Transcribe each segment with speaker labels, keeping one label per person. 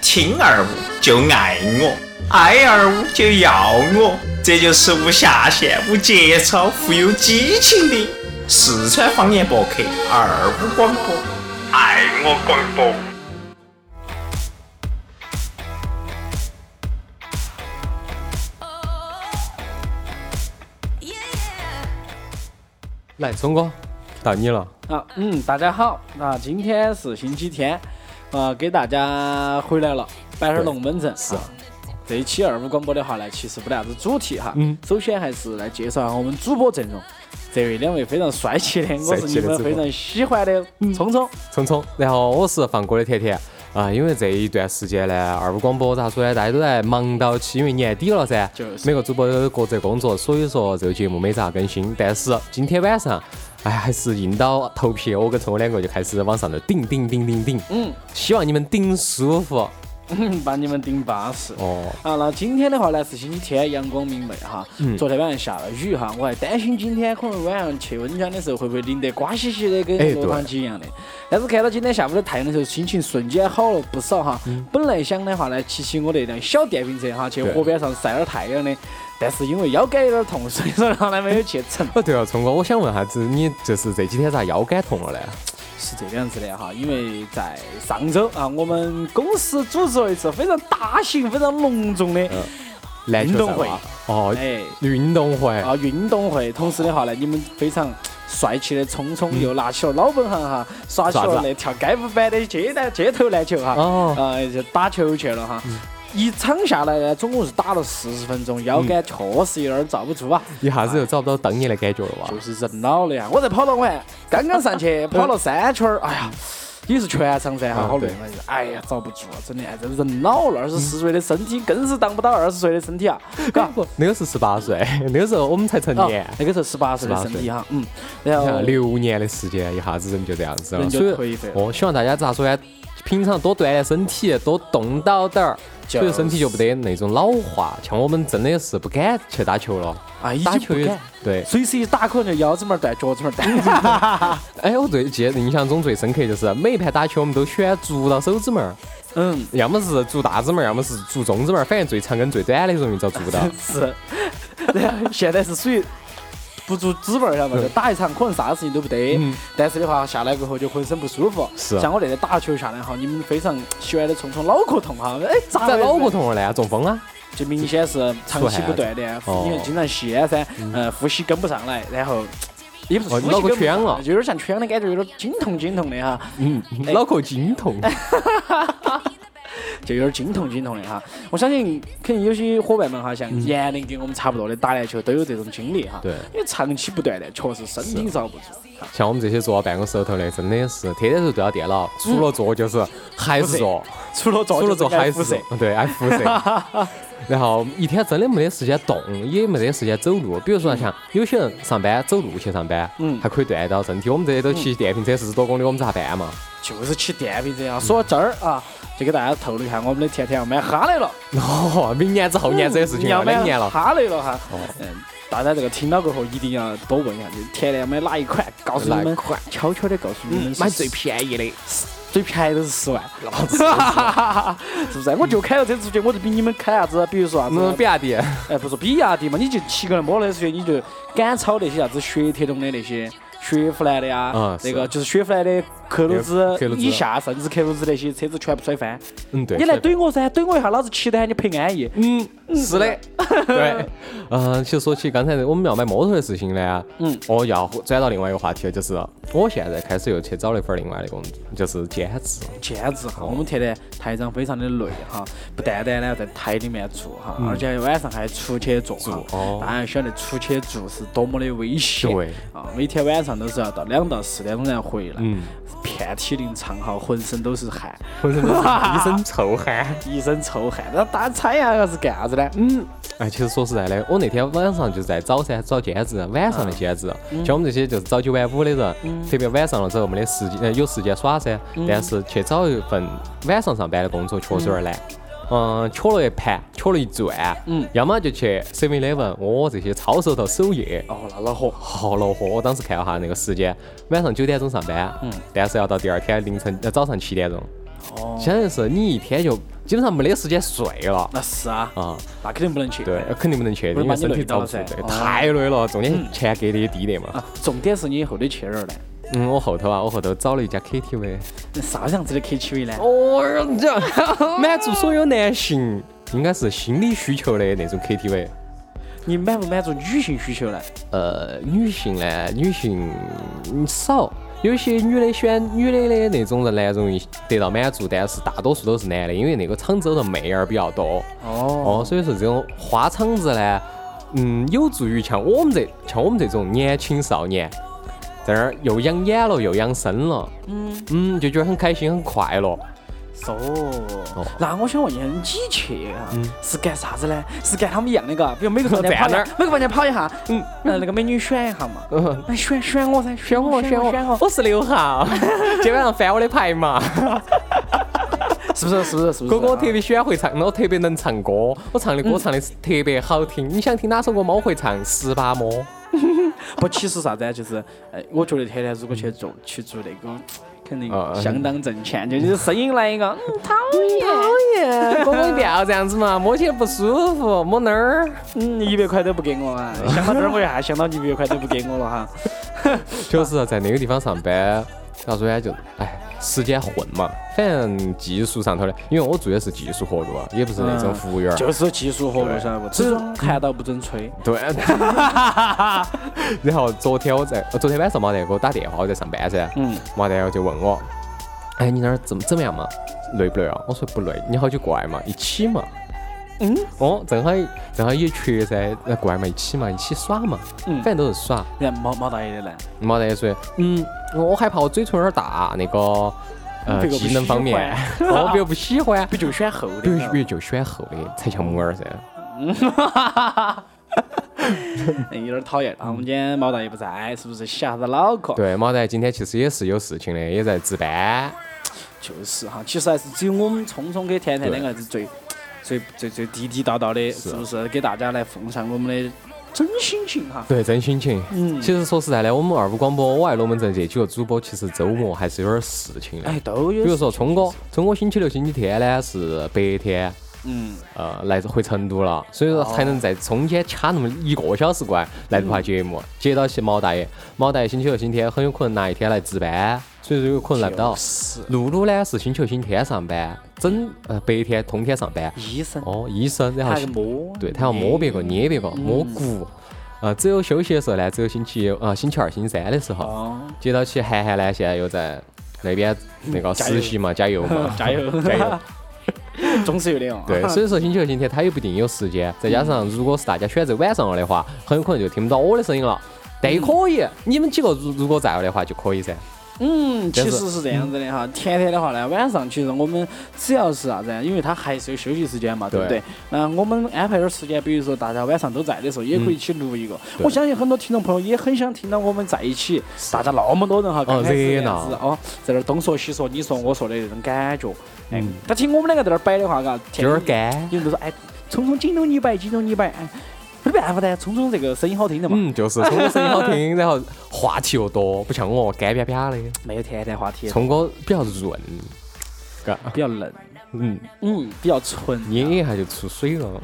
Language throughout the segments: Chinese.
Speaker 1: 亲二五就爱我，爱二五就要我，这就是无下限、无节操、富有激情的四川方言博客二五广播，爱我广播。
Speaker 2: 来，聪哥，到你了。
Speaker 3: 啊，嗯，大家好，啊，今天是星期天，啊，给大家回来了，摆点儿龙门阵。
Speaker 2: 是
Speaker 3: 啊，这一期二五广播的话呢，其实没得啥子主题哈。
Speaker 2: 嗯
Speaker 3: 首先还是来介绍一下我们主播阵容，这位两位非常帅气的，我
Speaker 2: 帅
Speaker 3: 是
Speaker 2: 气
Speaker 3: 你
Speaker 2: 的
Speaker 3: 们
Speaker 2: 主播
Speaker 3: 非常喜欢的聪聪。
Speaker 2: 聪聪，然后我是放歌的甜甜啊，因为这一段时间呢，二五广播咋说呢，大家都在忙到起，因为年底了噻，
Speaker 3: 就是
Speaker 2: 每个主播都有各自的工作，所以说这个节目没咋更新。但是今天晚上，哎，还是硬到头皮，我跟聪哥两个就开始往上头顶顶顶顶顶，
Speaker 3: 嗯
Speaker 2: 希望你们顶舒服
Speaker 3: 嗯， 把你们顶巴适。
Speaker 2: 哦。
Speaker 3: 啊，那今天的话呢是星期天，阳光明媚哈。昨天晚上下了雨哈，我还担心今天可能晚上去温江的时候会不会淋得瓜兮兮的，
Speaker 2: 哎
Speaker 3: 跟落汤鸡一样的。但是看到今天下午的太阳的时候，心情瞬间好了不少哈。本来想的话呢，骑起我那辆小电瓶车哈，去
Speaker 2: 对
Speaker 3: 河边上晒点太阳的，但是因为腰杆有点痛，所以说然后呢没有去成。
Speaker 2: 哦对了，聪哥，我想问下子，你就是这几天咋腰杆痛了呢？
Speaker 3: 是这个样子的哈，因为在上周啊，我们公司组织了一次非常大型、非常隆重的
Speaker 2: 篮球
Speaker 3: 运动
Speaker 2: 赛
Speaker 3: 会
Speaker 2: 哇哦，
Speaker 3: 哎。
Speaker 2: 运动会，
Speaker 3: 啊，运动会。同时的话呢，你们非常帅气的聪聪又拿起了老本行哈，耍起
Speaker 2: 啥子
Speaker 3: 了
Speaker 2: 啊
Speaker 3: 那跳街舞版的街篮街头篮球哈，
Speaker 2: 哦嗯
Speaker 3: 呃，就打球去了哈。一场下来呢，总共是打了四十分钟，腰杆确实有点儿遭不住啊，
Speaker 2: 一下子又找不到当年的感觉了哇
Speaker 3: 就。是人老了呀。我在跑道玩，刚刚上 去跑了三圈儿，哎呀。也是全场噻，哈，
Speaker 2: 嗯
Speaker 3: 好累
Speaker 2: 对
Speaker 3: 嘛！哎呀，遭不住了，真的，哎这人老了，二十四岁的身体更是当不到二十岁的身 体啊，嘎。
Speaker 2: 那个是十八岁， 那个时候我们才成
Speaker 3: 哦
Speaker 2: 年，，
Speaker 3: 那个时候十八岁的身体哈，嗯，然
Speaker 2: 你
Speaker 3: 后
Speaker 2: 看六年的时间，一下子人就这样子了。
Speaker 3: 人就
Speaker 2: 所以
Speaker 3: 颓废了
Speaker 2: 哦，希望大家咋说呢？平常多锻炼身体，多动到点儿，
Speaker 3: 就
Speaker 2: 所以身体就不得那种老化。像我们真的是不敢去打球了，
Speaker 3: 啊，已
Speaker 2: 打
Speaker 3: 经
Speaker 2: 球
Speaker 3: 不
Speaker 2: 也
Speaker 3: 敢，
Speaker 2: 对。
Speaker 3: 随时一打可能就腰子门儿断，脚子门儿断。
Speaker 2: 哎，我最记得印象中最深刻就是每一盘打球我们都喜欢捉到手指门儿，
Speaker 3: 嗯，
Speaker 2: 要么是捉大指门儿，要么是捉中指门儿，反正最长跟最短的容易遭捉 到。
Speaker 3: 是。然后现在是属于不足指纹儿，晓得嘛？
Speaker 2: 嗯
Speaker 3: 就打一场可能啥事情都不得，但是的话下来过后就浑身不舒服。
Speaker 2: 是啊
Speaker 3: 像我那天打球下来哈，你们非常喜欢的虫虫脑壳痛哈，哎，咋
Speaker 2: 咋
Speaker 3: 回事
Speaker 2: 脑壳？痛了呢？中风啊？
Speaker 3: 就明显是长期不锻炼，
Speaker 2: 哦
Speaker 3: 你看经常歇噻，呃，呼吸跟不上来，然后。也不是
Speaker 2: 哦
Speaker 3: 呼
Speaker 2: 你
Speaker 3: 吸
Speaker 2: 脑壳
Speaker 3: 跟不上
Speaker 2: 圈了
Speaker 3: 来就有点像圈的感觉，有点紧痛紧痛的哈。
Speaker 2: 嗯，
Speaker 3: 哎
Speaker 2: 脑壳筋痛。
Speaker 3: 就有点筋痛筋痛的哈。我相信肯定有些伙伴们哈，像年龄跟我们差不多的打篮球都有这种经历哈。
Speaker 2: 嗯对
Speaker 3: 因为长期不锻炼，确实身体遭不住。哈
Speaker 2: 像我们这些坐到办公室头头的，真的是天天都对到电脑，除了坐就是还是坐，
Speaker 3: 除了做，
Speaker 2: 除了坐还
Speaker 3: 辐
Speaker 2: 是
Speaker 3: 射
Speaker 2: 坐，，对，挨 辐射。然后一天真的没得时间动，也没得时间走路。比如说像有些人上班走路去上班，
Speaker 3: 嗯
Speaker 2: 还可以锻炼到身体。我们这些都骑电瓶车四十多公里，我们咋办嘛？
Speaker 3: 就是骑电瓶车啊。说到这儿啊，就给大家透露一下，我们的甜甜要买哈雷了，
Speaker 2: 哦，明年子后年子的事情
Speaker 3: 嗯要
Speaker 2: 了，
Speaker 3: 买
Speaker 2: 两年了。哦
Speaker 3: 哈雷了哈。嗯，大家这个听到过后一定要多问一下，就甜甜买哪一款，告诉你
Speaker 2: 哪
Speaker 3: 们
Speaker 2: 一款，
Speaker 3: 悄悄的告诉你们是
Speaker 2: 买最便宜的，
Speaker 3: 最便宜都是十万， 是不是？我就开了这出去，我就比你们开啥子，比如说啥
Speaker 2: 嗯，
Speaker 3: 子
Speaker 2: 比亚迪，
Speaker 3: 哎，不是比亚迪嘛，你就骑个摩托车，你就赶超那些啥子雪铁龙的那些雪佛兰的呀，
Speaker 2: 啊
Speaker 3: 那
Speaker 2: 是
Speaker 3: 个就是雪佛兰的克鲁兹
Speaker 2: 克鲁兹啊
Speaker 3: 以下，甚至克鲁兹那些车子全部摔翻。
Speaker 2: 嗯，对。
Speaker 3: 你来怼我噻，怼我一下，老子骑得喊你赔安逸。
Speaker 2: 嗯，是的，对，嗯、其实说起刚才我们要买摩托的事情呢，
Speaker 3: 嗯，
Speaker 2: 我要转到另外一个话题了，就是我现在开始又去找了一份另外的工作，就是兼职。
Speaker 3: 简直哈，我们天天台长非常的累哈，不单单呢在台里面住哈，而且晚上还出去住哈。
Speaker 2: 嗯哦
Speaker 3: 大家晓得出去住是多么的危险
Speaker 2: 对
Speaker 3: 啊！每天晚上都是要到两到四点钟才回来，
Speaker 2: 嗯，
Speaker 3: 遍体鳞伤哈，浑身都是汗。
Speaker 2: 浑 身都是一身臭汗。
Speaker 3: 一身臭汗。那大家猜一下是干啥子呢？嗯，
Speaker 2: 哎，其实说实在的，我那天晚上就在找噻，找兼职，晚上的兼职。像我们这些就是早九晚五的人，特别晚上了之后没得时间，呃有时间耍噻，但是去找一份晚上上班的工作确实有点难。嗯，缺了一盘，缺了一转，
Speaker 3: 嗯
Speaker 2: 要么就去 Seven Eleven，哦，这些超市头守夜，
Speaker 3: 哦，那恼火。
Speaker 2: 好恼火！我当时看了下那个时间，晚上九点钟上班，
Speaker 3: 嗯
Speaker 2: 但是要到第二天凌晨呃早上七点钟，
Speaker 3: 哦，
Speaker 2: 相当于是你一天就基本上没得时间睡了
Speaker 3: 那是啊，
Speaker 2: 啊。
Speaker 3: 那肯定不能去。
Speaker 2: 对，肯定不能去，
Speaker 3: 不是
Speaker 2: 因
Speaker 3: 把
Speaker 2: 为
Speaker 3: 你
Speaker 2: 身体
Speaker 3: 累到
Speaker 2: 遭
Speaker 3: 了
Speaker 2: 不住
Speaker 3: 噻，
Speaker 2: 对
Speaker 3: 哦嗯
Speaker 2: 太累了。重点钱给的也低的嘛
Speaker 3: 啊。，重点是你以后的去哪儿呢？
Speaker 2: 嗯，我后头啊，我后头找了一家 KTV，
Speaker 3: 啥样子的 KTV 呢？
Speaker 2: 哦， 满足所有男性应该是心理需求的那种 KTV。
Speaker 3: 你满不满足女性需求呢？
Speaker 2: 呃，女性呢，女性嗯少，有些女的喜欢女的的那种人呢，容易得到满足，但是大多数都是男的，因为那个场子的妹儿比较多。哦，
Speaker 3: 哦，
Speaker 2: 所以说这种花场子呢，嗯，有助于像我们这像我们这种年轻少年，在那儿又养眼了又养生了，
Speaker 3: 嗯，
Speaker 2: 嗯，就觉得很开心很快乐。
Speaker 3: 哦，那我想问一下，你去啊，是干啥子呢？是干他们一样的嘎，比如每个房间跑一
Speaker 2: 嗯 在那
Speaker 3: 下
Speaker 2: 儿，
Speaker 3: 每个房间跑一下，
Speaker 2: 嗯
Speaker 3: 呃，那个美女选一下嘛，
Speaker 2: 嗯，
Speaker 3: 哎，选选我噻，
Speaker 2: 选我
Speaker 3: 选
Speaker 2: 选
Speaker 3: 选我
Speaker 2: 我，，我是六 号，今晚上翻我的牌嘛。
Speaker 3: 是不是？是不是？是不是？啊
Speaker 2: 哥哥我特别喜欢会唱，我特别能唱歌，我唱的歌唱的是特别好听。你想听哪首歌嘛？我会唱《十八摸》。
Speaker 3: 不，其实啥子啊，就是，哎，我觉得天天如果去做去做那个，肯定
Speaker 2: 啊
Speaker 3: 相当挣钱，就是声音来一个，嗯讨
Speaker 2: 哥哥你不要这样子嘛，摸起来不舒服，摸那儿。
Speaker 3: 嗯，一百块都不给我啊！想到这儿，我一下想到一百块都不给我了哈。
Speaker 2: 就是在那个地方上班，到时候呢就哎，时间混嘛，反正技术上头的，因为我做的是技术合作，也不是那种服务员儿。
Speaker 3: 就是技术活路，晓得不？只
Speaker 2: 啊
Speaker 3: 准看到不准吹。
Speaker 2: 对，然后昨天我在，呃昨天晚上嘛，那给我打电话，我在上班噻，
Speaker 3: 嗯，
Speaker 2: 嘛，然后就问我，哎，你那儿怎么怎么样嘛？累不累啊？我说不累，你好久过来嘛，一起嘛。
Speaker 3: 嗯，
Speaker 2: 哦，正好正好也缺噻，那过来嘛，一起嘛，一起耍嘛，
Speaker 3: 嗯
Speaker 2: 反正都是耍。
Speaker 3: 然后毛毛大爷的呢？
Speaker 2: 没得说，嗯，我害怕我嘴唇有点大，那个呃
Speaker 3: 别个不，
Speaker 2: 技能方面，我比较不喜欢
Speaker 3: 不就选厚
Speaker 2: 比如
Speaker 3: 的？
Speaker 2: 比如就喜欢厚的，才像木耳噻。
Speaker 3: 哎有点讨厌。啊，我们今天毛大爷不在，是不是下的脑壳？
Speaker 2: 对，毛蛋今天其实也是有事情的，也在值班。
Speaker 3: 就是哈，其实还是只有我们聪聪跟甜甜
Speaker 2: 对啊
Speaker 3: 两个是最最最最地地道道的，是不是？给大家来奉上我们的真心情哈。
Speaker 2: 对，真心情。
Speaker 3: 嗯
Speaker 2: 其实说实在的，我们二五广播，我爱龙门阵这几个主播，其实周末还是有点事情的。
Speaker 3: 哎，都有。
Speaker 2: 比如，说聪哥，聪哥星期六、星期天呢是白天，
Speaker 3: 嗯，
Speaker 2: 呃，来回成都了，所以说才能在中间掐那么一个小时过来来录下节目，接到些毛大爷，毛大爷星期六、星期天很有可能哪一天来值班，所以说有可能来不到
Speaker 3: 就。是
Speaker 2: 露露呢是星期六、星期天上班，整呃白天通天上班。
Speaker 3: 医生，
Speaker 2: 哦，医生，然
Speaker 3: 他
Speaker 2: 后
Speaker 3: 还摸，
Speaker 2: 对他要摸别个、捏别个、摸骨。呃，只有休息的时候呢，只有星期啊、星期二、星期三的时候。
Speaker 3: 哦，
Speaker 2: 接到起涵涵呢，现在又在那边那个
Speaker 3: 加油，
Speaker 2: 实习嘛， 加油嘛
Speaker 3: 加油，
Speaker 2: 加 油。
Speaker 3: 总是有的哦。
Speaker 2: 对，所以说星期六、星期天他也不一定有时间，再加
Speaker 3: 嗯
Speaker 2: 上如果是大家选择晚上了的话，很有可能就听不到我的声音了。但也可以，你们几个如如果在了的话就可以噻。
Speaker 3: 嗯，其
Speaker 2: 但是嗯
Speaker 3: 实是这样子的哈。甜甜的话呢，晚上其实我们只要是啥子啊，因为他还是有休息时间嘛，对不
Speaker 2: 对
Speaker 3: 对？那我们安排点儿时间，比如说大家晚上都在的时候，也可以一起录一个。
Speaker 2: 嗯对
Speaker 3: 我相信很多听众朋友也很想听到我们在一起，大家那么多人哈，刚开始
Speaker 2: 热
Speaker 3: 那样子
Speaker 2: 闹
Speaker 3: 哦，在那儿东说西说，你说我说的那种感觉。哎，但听我们两个在那儿摆的话，嘎，
Speaker 2: 嗯有点干。
Speaker 3: 有人都说哎，聪聪京东你摆，京东你摆，哎，没得办法的，聪聪这个声音好听的嘛，
Speaker 2: 嗯，就是聪哥声音好听， 然后话题又多，不像我干瘪瘪的。
Speaker 3: 没有甜甜话题，
Speaker 2: 聪哥比较润，嘎，
Speaker 3: 比较嫩，
Speaker 2: 嗯，
Speaker 3: 嗯，比较纯。
Speaker 2: 捏一下就出水 了。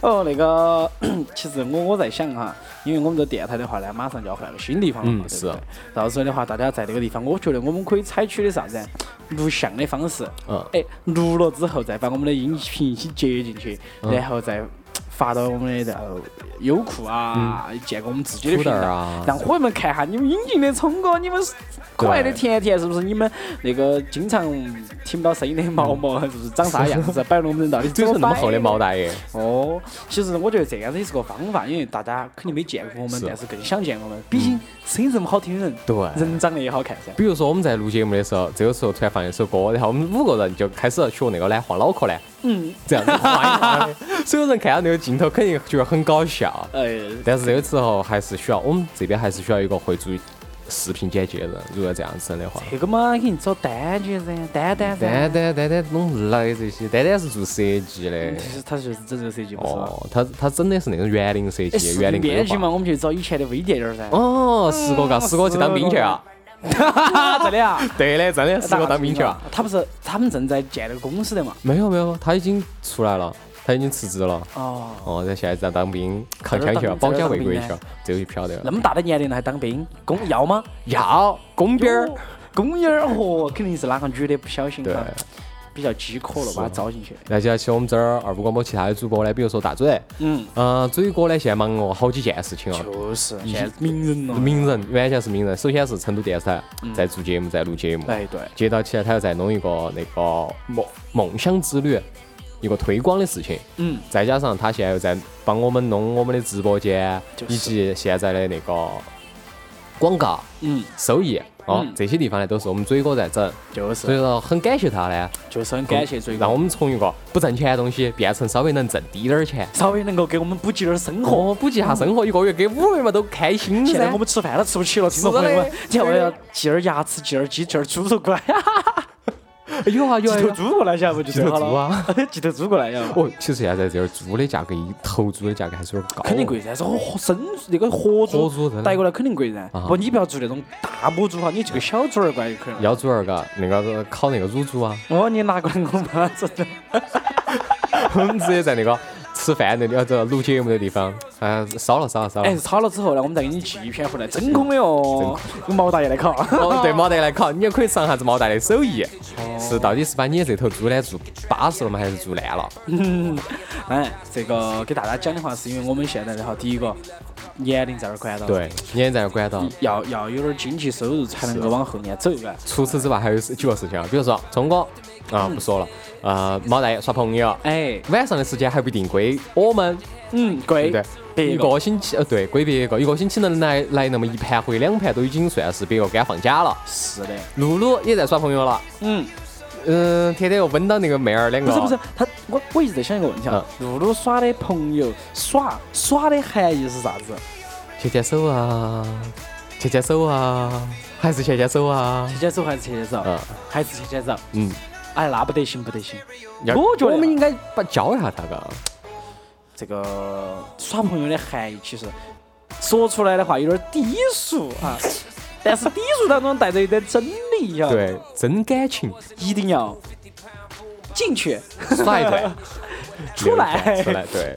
Speaker 3: 哦，那个， 其实我我在想哈，因为我们这电台的话呢，马上就要换个新地方了嘛，
Speaker 2: 嗯
Speaker 3: 对
Speaker 2: 是
Speaker 3: 不对？到时候的话，大家在这个地方，我觉得我们可以采取的啥子啊？录像的方式，
Speaker 2: 嗯，
Speaker 3: 哎，录了之后再把我们的音频一起截进去，
Speaker 2: 嗯
Speaker 3: 然后再发到我们的呃优酷啊，建个我们自己的频道
Speaker 2: 土嗯豆儿啊
Speaker 3: 让伙伴们看一下你们引进的聪哥，你们是可爱
Speaker 2: 对
Speaker 3: 的甜甜是不是？你们那个经常听不到声音的毛毛是不是长啥样子？摆龙门阵到底
Speaker 2: 嘴
Speaker 3: 怎
Speaker 2: 唇
Speaker 3: 么
Speaker 2: 那么
Speaker 3: 摆
Speaker 2: 厚的毛大爷，
Speaker 3: 哦，其实我觉得这样子也是个方法，因为大家肯定没见过我们，
Speaker 2: 是嗯
Speaker 3: 但是更想见我们，毕竟声音这么好听的人，
Speaker 2: 对
Speaker 3: 人长得也好看噻。
Speaker 2: 比如说我们在录节目的时候，这个时候突然放一首歌，然后我们五个人就开始学那个来晃脑壳呢，
Speaker 3: 嗯，
Speaker 2: 这样子晃一晃的， 所有人看到那个镜头肯定觉得很搞笑。
Speaker 3: 呃，
Speaker 2: 但是这个时候还是需要我们这边还是需要一个会做视频剪辑的人，如果这样子的话。
Speaker 3: 这个嘛，肯定找丹姐噻，丹丹噻。
Speaker 2: 丹丹丹丹弄不来这些，丹丹是做设计的
Speaker 3: 其。实他就是整这个设计，不是吗？
Speaker 2: 哦，他他真的是那种园林设
Speaker 3: 哎，
Speaker 2: 计、
Speaker 3: 视
Speaker 2: 园林规
Speaker 3: 频编辑嘛，
Speaker 2: 划。哦
Speaker 3: 我们去找以前的微店点儿噻。
Speaker 2: 哦，是个嘎，是个去当兵去啊！
Speaker 3: 真 的啊，
Speaker 2: 对的，真的适合当兵去啊。
Speaker 3: 他不是他们正在建那个公司的嘛？
Speaker 2: 没有没有，他已经出来了，他已经辞职了。
Speaker 3: 哦，
Speaker 2: 哦，那现在在当兵，扛
Speaker 3: 在这
Speaker 2: 枪
Speaker 3: 儿
Speaker 2: 去了，保
Speaker 3: 当兵在这
Speaker 2: 家
Speaker 3: 儿
Speaker 2: 卫
Speaker 3: 当
Speaker 2: 国
Speaker 3: 兵
Speaker 2: 去
Speaker 3: 呢
Speaker 2: 了，这个就飘得
Speaker 3: 那
Speaker 2: 了。
Speaker 3: 么大的年龄了还当兵，公要吗？
Speaker 2: 要公兵儿，
Speaker 3: 公烟儿嚯，肯定是哪个女的不小心
Speaker 2: 对
Speaker 3: 哈，比较饥渴了，把她
Speaker 2: 是
Speaker 3: 招进去。
Speaker 2: 那接下来我们这儿二五广播其他的主播呢，比如说大嘴，
Speaker 3: 嗯，
Speaker 2: 嗯，嘴哥呢现在忙哦好几件事情哦。
Speaker 3: 就是现在名人了。
Speaker 2: 名人完全是名人，首先是成都电视台在做节目，在录节目，
Speaker 3: 哎，嗯对，
Speaker 2: 接到起来他要再弄一个那个梦梦想之旅，一个推广的事情，
Speaker 3: 嗯，
Speaker 2: 再加上他现在又在帮我们弄我们的直播间，
Speaker 3: 就是
Speaker 2: 以及现在的那个广告
Speaker 3: 嗯，
Speaker 2: 收益哦
Speaker 3: 嗯，
Speaker 2: 这些地方呢都是我们嘴哥在整，
Speaker 3: 就
Speaker 2: 所以
Speaker 3: 是
Speaker 2: 说很感谢他呢，
Speaker 3: 就是很感谢追
Speaker 2: 让我
Speaker 3: 哥，
Speaker 2: 们从一个不挣钱的东西变成稍微能挣滴点儿钱。
Speaker 3: 稍微能够给我们补给点儿生活。
Speaker 2: 哦，补给一下生活，一个月给五万嘛都开心
Speaker 3: 现在
Speaker 2: 噻
Speaker 3: 我。们吃饭都吃不起了，听众
Speaker 2: 是的
Speaker 3: 朋友们，你看 我
Speaker 2: 对的
Speaker 3: 要寄点儿牙齿，寄点儿鸡，寄点儿猪肉过来，
Speaker 2: 有啊有
Speaker 3: 寄
Speaker 2: 啊
Speaker 3: 头
Speaker 2: 有啊。
Speaker 3: 猪过来，晓得不？就
Speaker 2: 寄头
Speaker 3: 最好
Speaker 2: 猪
Speaker 3: 了
Speaker 2: 啊。
Speaker 3: 寄头猪过来，晓得不？
Speaker 2: 哦，其实现在这儿猪的价格，一头猪的价格还是有点高。
Speaker 3: 哦肯定贵噻，是活生那个
Speaker 2: 活
Speaker 3: 活猪
Speaker 2: 猪真的
Speaker 3: 带过来肯定贵噻。
Speaker 2: 啊
Speaker 3: 不，你不要做那种大母猪哈，你这个小猪儿怪就可 以了。
Speaker 2: 要猪儿嘎，那个烤那个乳猪啊，
Speaker 3: 哦，你拿过来我妈做的。
Speaker 2: 我们直接在那个吃饭那里，呃，这录节目的地方，啊，烧了烧了烧
Speaker 3: 哎，
Speaker 2: 了。
Speaker 3: 炒了之后呢，我们再给你寄一篇回来，真空的哦，有 毛大爷来烤。
Speaker 2: 哦，对，毛蛋来烤，你也可以尝下子毛蛋的手艺，是到底是把你这头猪呢做巴适了吗，还是做烂了？
Speaker 3: 嗯，哎，这个给大家讲的话，是因为我们现在的哈，第一个年龄在这儿管到，，
Speaker 2: 对，你也在那管到。
Speaker 3: 要要有点经济收入才能够往后面走，哎，
Speaker 2: 除此之外，还有几个事情啊，比如说聪哥啊，不说了，呃，毛蛋耍朋友，
Speaker 3: 哎，
Speaker 2: 晚上的时间还不一定归我们，
Speaker 3: 嗯，
Speaker 2: 对
Speaker 3: 贵，
Speaker 2: 不对？
Speaker 3: 别
Speaker 2: 一
Speaker 3: 个，
Speaker 2: 个星期，呃，对，归别个，一个星期能来来那么一盘或两盘，都已经算是别个给他放假了。
Speaker 3: 是的，
Speaker 2: 露露也在耍朋友了，
Speaker 3: 嗯，
Speaker 2: 嗯、天天又吻到那个妹儿两
Speaker 3: 不
Speaker 2: 个，
Speaker 3: 是不是，他我我一直在想一个问题啊，
Speaker 2: 嗯
Speaker 3: 露露耍的朋友耍耍的含义是啥子？
Speaker 2: 牵牵手啊，牵牵手啊，还是牵牵手啊，
Speaker 3: 牵牵手还是牵牵手？
Speaker 2: 嗯
Speaker 3: 还是牵牵手？
Speaker 2: 嗯，
Speaker 3: 哎，那不得行不得行，
Speaker 2: 要
Speaker 3: 我觉得啊嗯
Speaker 2: 我们应该把教一下他个，
Speaker 3: 这个耍朋友的含义，其实说出来的话有点低俗 啊，但是低俗当中带着一点真理啊，，
Speaker 2: 对，真感情，
Speaker 3: 一定要进去。
Speaker 2: 耍一段，
Speaker 3: 出来
Speaker 2: 出来，对，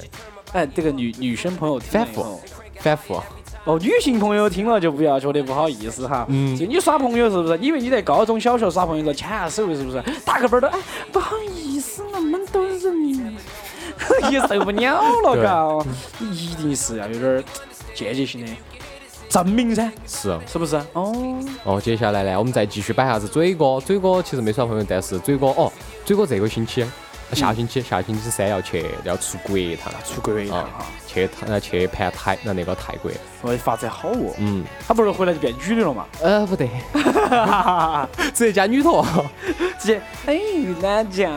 Speaker 3: 哎，这个女女生朋友听了以后，
Speaker 2: 反复，
Speaker 3: 哦，女性朋友听了就不要觉得不好意思哈。
Speaker 2: 嗯
Speaker 3: 就你耍朋友是不是？因为你在高中小学耍朋友，牵下手是不是？打个啵儿都哎，不好意思，那么多人， 也受不了了，
Speaker 2: 对
Speaker 3: 嘎。哦一定是啊要有点儿间接性的证明噻，
Speaker 2: 是。
Speaker 3: 是不是？哦，
Speaker 2: 哦，接下来呢，我们再继续摆下子嘴哥。嘴哥其实没耍朋友，但是嘴哥哦，嘴哥这个星期、下星期、下星期三要去要出国一趟，
Speaker 3: 出国一趟
Speaker 2: 啊
Speaker 3: 哈，，
Speaker 2: 去泰呃去盘泰那那个泰国，
Speaker 3: 我的发展好哦。
Speaker 2: 嗯，
Speaker 3: 他不是回来就变女的了嘛？
Speaker 2: 呃 不得，直接加女托，
Speaker 3: 直接哎，云南讲，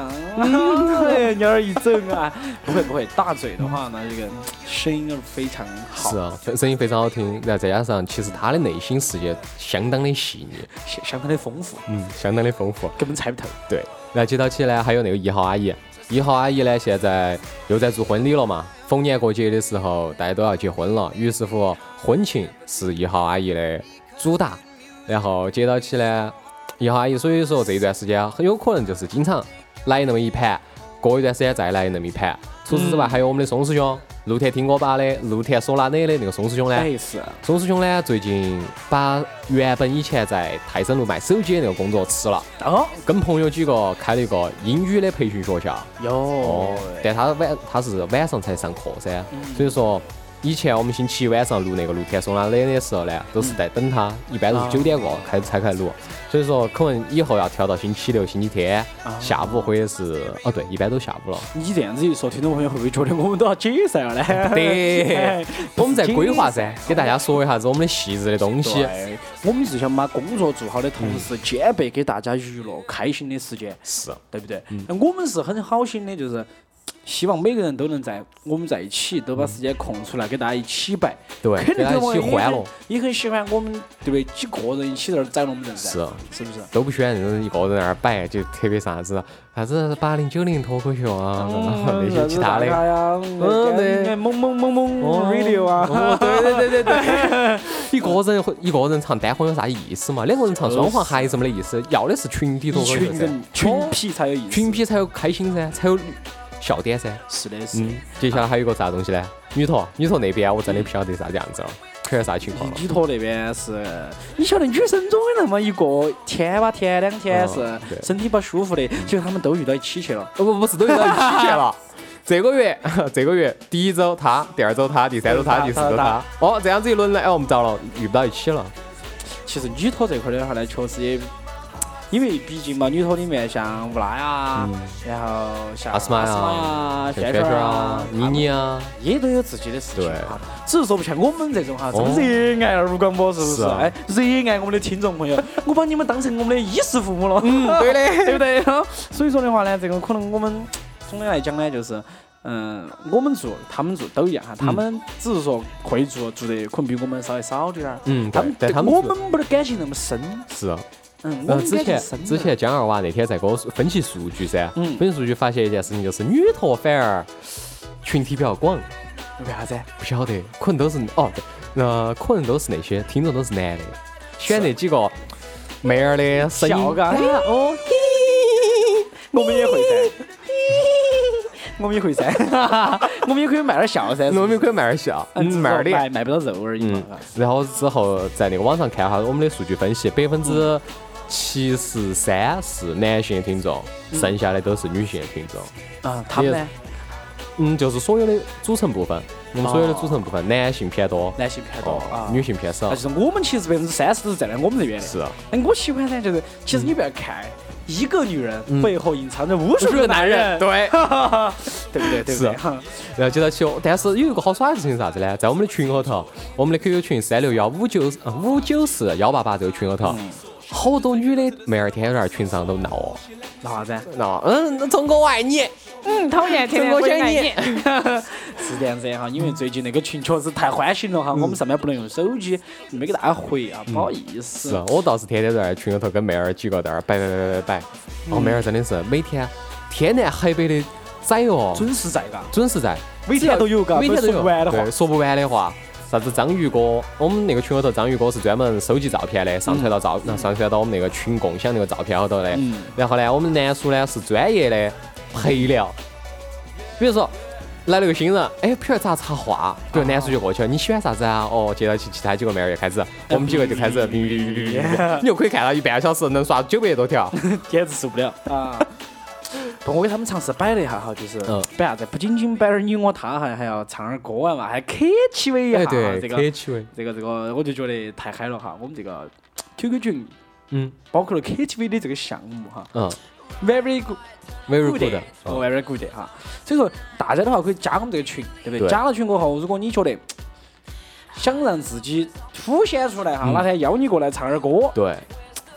Speaker 3: 哎，鸟儿一走啊，不会不会，大嘴的话呢，这个声音非常好，
Speaker 2: 是啊，声音非常好听，然后再加上其实他的内心世界相当的细腻，
Speaker 3: 相相当的丰富，
Speaker 2: 嗯，相当的丰富，
Speaker 3: 根本猜不透。
Speaker 2: 对。然后接到起呢，还有那个一号阿姨，一号阿姨呢现在又在做婚礼了嘛，逢年过节的时候大家都要结婚了，于是乎婚庆是一号阿姨的主打，然后接到起呢，一号阿姨所以说这一段时间很有可能就是经常来那么一盘，过一段时间再来那么一盘。除此之外，还有我们的松师兄，露田听歌吧的露田唢呐的那个松师兄呢，
Speaker 3: 哎是，
Speaker 2: 松师兄呢最近把原本以前在泰森路卖手机的那个工作辞了。
Speaker 3: 哦
Speaker 2: 跟朋友几个开了一个英语的培训学校，
Speaker 3: 哟，
Speaker 2: 但他晚他是晚上才上课噻，所以说以前我们星期一晚上录那个露天松拉雷的时候呢，都是在等他，一般都是九点过开才开录，所以说可能以后要调到星期六、星期天下午或者是哦对，一般都下午了。
Speaker 3: 你这样子一说，听众朋友会不会觉得我们都要解散了呢？
Speaker 2: 对
Speaker 3: 对，
Speaker 2: 我们在规划 噻，给大家说一下子我们的细致的东西。
Speaker 3: 对，我们是想把工作做好的同时，兼备给大家娱乐、开心的时间，
Speaker 2: 是，
Speaker 3: 对不对？那我们是很好心的，就是希望每个人都能在我们在一起，都把时间空出来给大家一起摆，
Speaker 2: 对
Speaker 3: 肯定
Speaker 2: 给大家一起欢乐
Speaker 3: 乐，也很喜欢我们对不对？几个人一起在这儿宰龙门阵噻，
Speaker 2: 是啊
Speaker 3: 是不是？
Speaker 2: 都不喜欢那种一个人在那儿摆，就特别啥子啥子八零九零脱口秀啊， 那些其他的。
Speaker 3: 呀，嗯
Speaker 2: 对
Speaker 3: 对，萌萌萌萌
Speaker 2: 哦
Speaker 3: radio 啊，
Speaker 2: 哦，对对对对对， 一个人会一个人唱单簧有啥意思嘛？两个人唱双簧还是没得意思，要的是群体
Speaker 3: 一
Speaker 2: 多个
Speaker 3: 群
Speaker 2: 人哦噻
Speaker 3: 人，群体才有意思。
Speaker 2: 群体才有开心噻，才有笑点噻。
Speaker 3: 是的，是的
Speaker 2: 嗯。，接下来还有一个啥东西呢？女托，女托那边我真的不晓得啥子样子了，出现啥情况了？
Speaker 3: 女托那边是，你晓得女生总有那么一个天吧天两天
Speaker 2: 嗯
Speaker 3: 是
Speaker 2: 对嗯
Speaker 3: 身体不舒服的，结果他们都遇到一起去了。
Speaker 2: 哦不不是都遇到一起去了。 这个月， 这个月第一周他，第二周他，第三周他，第四周他。啊哦，这样子一轮来，哦，我们遭了，遇不到一起了。
Speaker 3: 其实女托这块儿的话呢，确实也，因为毕竟嘛，女托里面像乌拉呀，然后像
Speaker 2: 嗯阿斯玛呀
Speaker 3: 呀、
Speaker 2: 圈
Speaker 3: 轩
Speaker 2: 圈
Speaker 3: 轩
Speaker 2: 啊
Speaker 3: 啊，、
Speaker 2: 妮妮啊，
Speaker 3: 也都有自己的事情
Speaker 2: 对
Speaker 3: 哈，只是说不像我们这种哈，这
Speaker 2: 哦
Speaker 3: 么热爱二五广播，是不
Speaker 2: 是
Speaker 3: 是？
Speaker 2: 啊
Speaker 3: 哎，热爱我们的听众 朋友，我把你们当成我们的衣食父母了，嗯，
Speaker 2: 对的
Speaker 3: 对不对？所以说的话呢，这个可能我们总的来讲呢，就是。嗯，我们做，他们做都一样哈。他们只是说会做，做的可能比我们稍微少点儿。
Speaker 2: 嗯，
Speaker 3: 他
Speaker 2: 对
Speaker 3: 们，
Speaker 2: 但他们
Speaker 3: 我
Speaker 2: 是
Speaker 3: 们没得感情那么深，
Speaker 2: 是。
Speaker 3: 嗯，我
Speaker 2: 呃，
Speaker 3: 们
Speaker 2: 之
Speaker 3: 感情
Speaker 2: 前
Speaker 3: 深
Speaker 2: 之
Speaker 3: 了
Speaker 2: 前江二娃那天在给我说分析数据噻，
Speaker 3: 嗯
Speaker 2: 分析数据发现一件事情，就是女托反而群体比较广，
Speaker 3: 为啥子？
Speaker 2: 不晓得，可能都是哦，对那可能都是那些听众都是男的，选那几个妹儿的声音，
Speaker 3: 笑嘎，哦，我们也会噻，我们也会噻，我们也可以卖点笑噻，
Speaker 2: 我们可
Speaker 3: 以
Speaker 2: 以卖点笑，嗯，卖
Speaker 3: 卖
Speaker 2: 点脸
Speaker 3: 呃卖，卖不到肉而已
Speaker 2: 嗯
Speaker 3: 嘛。，
Speaker 2: 然后之后在那个网上看哈我们的数据分析，百分
Speaker 3: 嗯
Speaker 2: 之七十三是男性的听众，
Speaker 3: 嗯
Speaker 2: 剩下的都是女性的听众。
Speaker 3: 啊，他们呢？
Speaker 2: 嗯，就是所有的组成部分，我们所有的组成部分，男性偏多，
Speaker 3: 哦男性偏多
Speaker 2: 哦
Speaker 3: 啊，，
Speaker 2: 女性偏少
Speaker 3: 啊，就。是我们其实百分之三十都是站在我们这边的。
Speaker 2: 是啊，
Speaker 3: 哎，我喜欢噻，就是其实你不要看一个女人背后隐藏着嗯无数
Speaker 2: 是
Speaker 3: 个男人，啊
Speaker 2: 对。
Speaker 3: 对不对？对不
Speaker 2: 是
Speaker 3: 对？哈
Speaker 2: 然后接到起，但是有一个好耍的事情是啥子呢？在我们的群后头，我们的 QQ 群三六幺五九呃五九四幺八八这个群后头，
Speaker 3: 嗯
Speaker 2: 好多女的妹儿天天在那儿群上都闹哦，
Speaker 3: 那啥子？啊
Speaker 2: 闹，嗯，中国我爱你，
Speaker 4: 嗯，讨厌，天天
Speaker 2: 我
Speaker 4: 回
Speaker 2: 想
Speaker 4: 来
Speaker 2: 你
Speaker 4: 你。
Speaker 3: 是这样子的哈，因为最近那个群确实太欢喜了哈，我们上面不能用手机，没给大家回啊，不好意
Speaker 2: 是
Speaker 3: 思。
Speaker 2: 我倒是天天在那儿群里头跟妹儿几个在那儿摆摆摆摆摆，
Speaker 3: 嗯
Speaker 2: 哦，妹儿真的是每天天南海北的宰哦，
Speaker 3: 准时在嘎，
Speaker 2: 准时在，
Speaker 3: 每天都有嘎，
Speaker 2: 每天都有
Speaker 3: 说不完的话
Speaker 2: 对，。说不完的话。啥子章鱼哥？我们那个群里头，章鱼哥是专门收集照片
Speaker 3: 嗯
Speaker 2: 的，上传到照，上传到我们那个群共享那个照片后头的。
Speaker 3: 嗯
Speaker 2: 然后呢，我们南叔呢是专业的陪聊，比如说来了个新人，哎，不晓得咋插话，
Speaker 3: 啊
Speaker 2: 比如南叔就过去了，你喜欢啥子啊？哦，接到起其他几个妹儿就开
Speaker 3: 哎
Speaker 2: 始，我们几个就 开始，哔哔哔哔哔哔哔你就可以看到一半小时能刷九百多条。
Speaker 3: 简直受不了啊！不，我给他们尝试摆了一下哈，就是
Speaker 2: 嗯
Speaker 3: 摆啥子？不仅仅摆点儿你我他，还还要唱点儿歌啊嘛，还 KTV 一下
Speaker 2: 哎，
Speaker 3: 哈
Speaker 2: 对，
Speaker 3: 这个
Speaker 2: 可趣味。
Speaker 3: 这个这个，我就觉得太嗨了哈！我们这个 QQ 群
Speaker 2: 嗯
Speaker 3: 包括了 KTV 的这个项目哈
Speaker 2: 嗯
Speaker 3: ，very good
Speaker 2: ，very
Speaker 3: good 啊
Speaker 2: good 嗯。
Speaker 3: very good 哈。所以说大家的话可以加我们这个群，对不
Speaker 2: 对
Speaker 3: 对？加了群过后，如果你觉得想让自己凸显出来哈，
Speaker 2: 嗯
Speaker 3: 哪天邀你过来唱点儿歌，
Speaker 2: 对，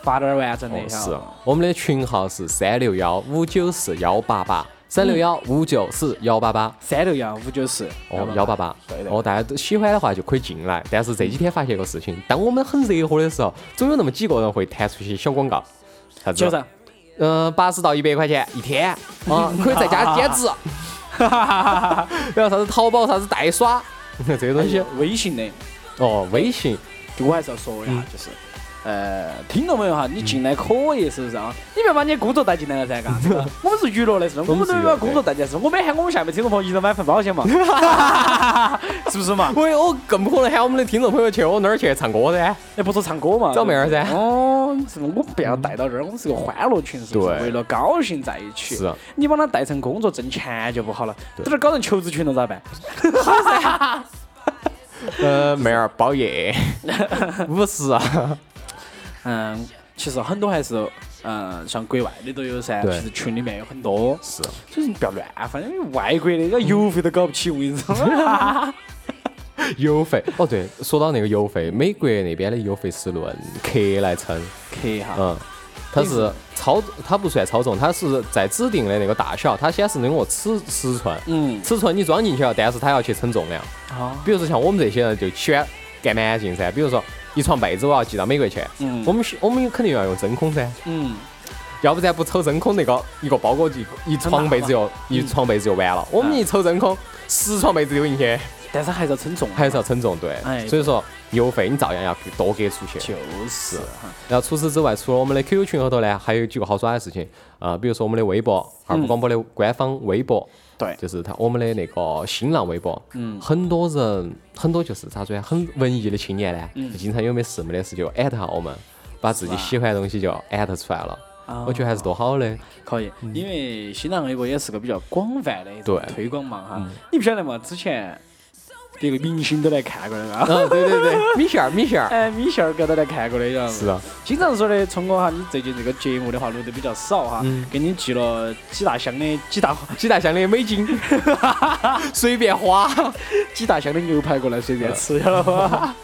Speaker 3: 发点儿完整的
Speaker 2: 哦是
Speaker 3: 哈。，
Speaker 2: 我们的群号是三六幺五九四幺八八，三六幺五九四幺八八，
Speaker 3: 三六幺五九四
Speaker 2: 哦，幺八八
Speaker 3: 嗯对，的
Speaker 2: 哦，大家都喜欢的话就可以进来。但是这几天发现一个事情，当我们很热火的时候，总有那么几个人会弹出一些小广告，啥子
Speaker 3: 就？是。
Speaker 2: 嗯，八十到一百块钱一天，啊，可以在家兼
Speaker 3: 啊
Speaker 2: 职，然后啥子淘宝、啥子代刷， 这些东西。
Speaker 3: 微信的，
Speaker 2: 哦，微信，
Speaker 3: 就我还是要说一
Speaker 2: 嗯
Speaker 3: 下，就是。呃，听众朋友哈，你进来可以是不是啊？你不要把你的工作带进来了噻，嘎。这 个我们是娱乐的，是的，我
Speaker 2: 们
Speaker 3: 们
Speaker 2: 是
Speaker 3: 都
Speaker 2: 娱乐
Speaker 3: 没把工作带进来，是的我们喊我们下面听众朋友一人买份 保险嘛，是不是嘛？
Speaker 2: 我我哎更不可能喊我们的听众朋友去我那儿去唱歌噻。
Speaker 3: 哎，不是唱歌嘛？
Speaker 2: 找妹儿噻
Speaker 3: 哦，是的我们不要带到这儿，我们是个欢乐群，是不是？
Speaker 2: 对
Speaker 3: 为了高兴在一起。
Speaker 2: 是啊
Speaker 3: 你把它带成工作挣钱就不好了，在这儿搞成求职群了咋办？
Speaker 2: 呃，妹儿包 夜，五十啊，
Speaker 3: 嗯，其实很多还是，嗯，像国外的都有噻，
Speaker 2: 对
Speaker 3: 其实群里面有很多。
Speaker 2: 是，
Speaker 3: 所以你不要乱翻，因为外国的人家邮费都搞不起，我跟你 说。
Speaker 2: 邮费。哦，对，说到那个邮费，美国那边的邮费是论克来称，
Speaker 3: 客哈，
Speaker 2: 嗯，它是超，它不算超重，它是在指定的那个大小，它显示那个尺尺寸，
Speaker 3: 嗯，
Speaker 2: 尺寸你装进去了，但是它要去称重量。
Speaker 3: 好，
Speaker 2: 比如说像我们这些人就喜欢干蛮劲噻，比如说一床被子我要寄到美国去，
Speaker 3: 嗯
Speaker 2: 我们是我们肯定要用真空噻，
Speaker 3: 嗯，
Speaker 2: 要不然不抽真空那个一个包裹就一一床被子就一床被子就完了。我们一抽真空，十床被子丢进去，
Speaker 3: 但是还是要称重啊，
Speaker 2: 还是要称重对
Speaker 3: 哎。
Speaker 2: 所以说邮费你照样要多给出去。
Speaker 3: 就是哈，
Speaker 2: 然后除此之外，除了我们的 QQ 群后头呢，还有几个好耍的事情啊、比如说我们的微博，
Speaker 3: 嗯
Speaker 2: 啊二部广播的官方微博，
Speaker 3: 对
Speaker 2: 就是他我们的那个新浪微博，嗯，很多人很多就是咋说呀，很文艺的青年呢，
Speaker 3: 嗯
Speaker 2: 就经常有没事没得事就艾特下我们，把自己喜欢的东西就艾特出来了，
Speaker 3: 哦
Speaker 2: 我觉得还是多好的，
Speaker 3: 可以，因为新浪微博也是个比较广泛的一种
Speaker 2: 嗯对嗯
Speaker 3: 推广嘛哈，你不晓得嘛，之前别个明星都来看过的啊。
Speaker 2: 嗯，对对对，米歇尔米歇尔，
Speaker 3: 哎，米歇尔哥都来看过的，晓得吗
Speaker 2: 是啊，
Speaker 3: 经常说的，聪哥哈，你最近这个节目的话录得比较少哈，
Speaker 2: 嗯
Speaker 3: 给你寄了几大箱的几大
Speaker 2: 几大箱的美金，随便花，
Speaker 3: 几大箱的牛排过来随便吃，
Speaker 2: 嗯
Speaker 3: 晓得吧？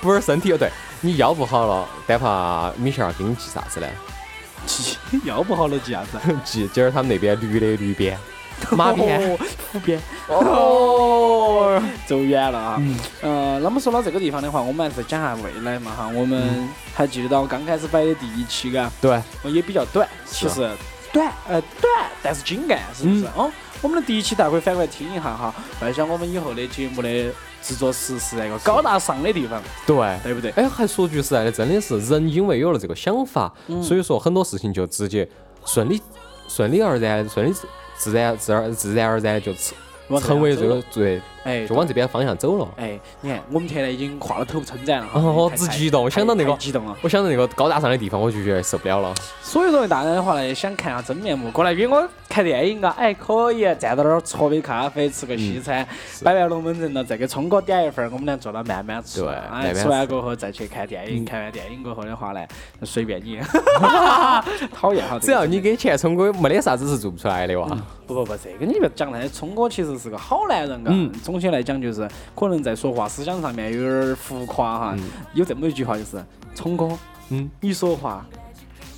Speaker 2: 不是身体哦，对你腰不好了，单怕米歇尔给你寄啥 子呢？
Speaker 3: 寄要不好了寄啥 子？
Speaker 2: 记，今儿他们那边驴的驴 鞭、马鞭，
Speaker 3: 哦，虎鞭。
Speaker 2: 哦，
Speaker 3: 走远了啊。呃，那么说到这个地方的话，我们还是讲下未来嘛哈。我们还记得到刚开始摆的第一期嘎，
Speaker 2: 对，
Speaker 3: 呃也比较短，其实短呃短，但是精干，是不是？哦，我们的第一期大家可以反过来听一下哈，幻想我们以后的节目的制作室是在一个高大上的地方，
Speaker 2: 对。
Speaker 3: 对不对？
Speaker 2: 哎，还说句实在的，真的是人因为有了这个想法，所以说很多事情就直接顺理顺理而然、顺理自然、自然、自然而然就成
Speaker 3: 往这
Speaker 2: 成为
Speaker 3: 样
Speaker 2: 这
Speaker 3: 走
Speaker 2: 个
Speaker 3: 了，
Speaker 2: 对，
Speaker 3: 哎，
Speaker 2: 就往这边方向走了。
Speaker 3: 哎，你看我们现在已经话都头不称赞了哈，
Speaker 2: 哦
Speaker 3: 太
Speaker 2: 自激动
Speaker 3: 太
Speaker 2: 想到那个
Speaker 3: 太激动了。
Speaker 2: 我想到那个高大上的地方，我就觉得受不了了。
Speaker 3: 所以说，大家的话呢，想看下真面目，过来约我看电影啊，哎，可以，站到那儿搓杯咖啡，吃个西餐，
Speaker 2: 嗯
Speaker 3: 摆完龙门阵了，再给聪哥点一份儿，我们俩坐到慢慢吃，
Speaker 2: 对慢
Speaker 3: 哎，
Speaker 2: 慢吃
Speaker 3: 吃完过后再去看电影，看完电影过后的话呢，随便你，
Speaker 2: 嗯
Speaker 3: 讨厌哈，这个
Speaker 2: 只要啊你给钱，聪哥没得啥子是做不出来的哇。
Speaker 3: 不不不，这个你别讲了。聪哥其实是个好男人啊。
Speaker 2: 嗯
Speaker 3: 总体来讲，就是可能在说话思想上面有点儿浮夸哈。有这么一句话就是：聪哥，
Speaker 2: 嗯，
Speaker 3: 你说话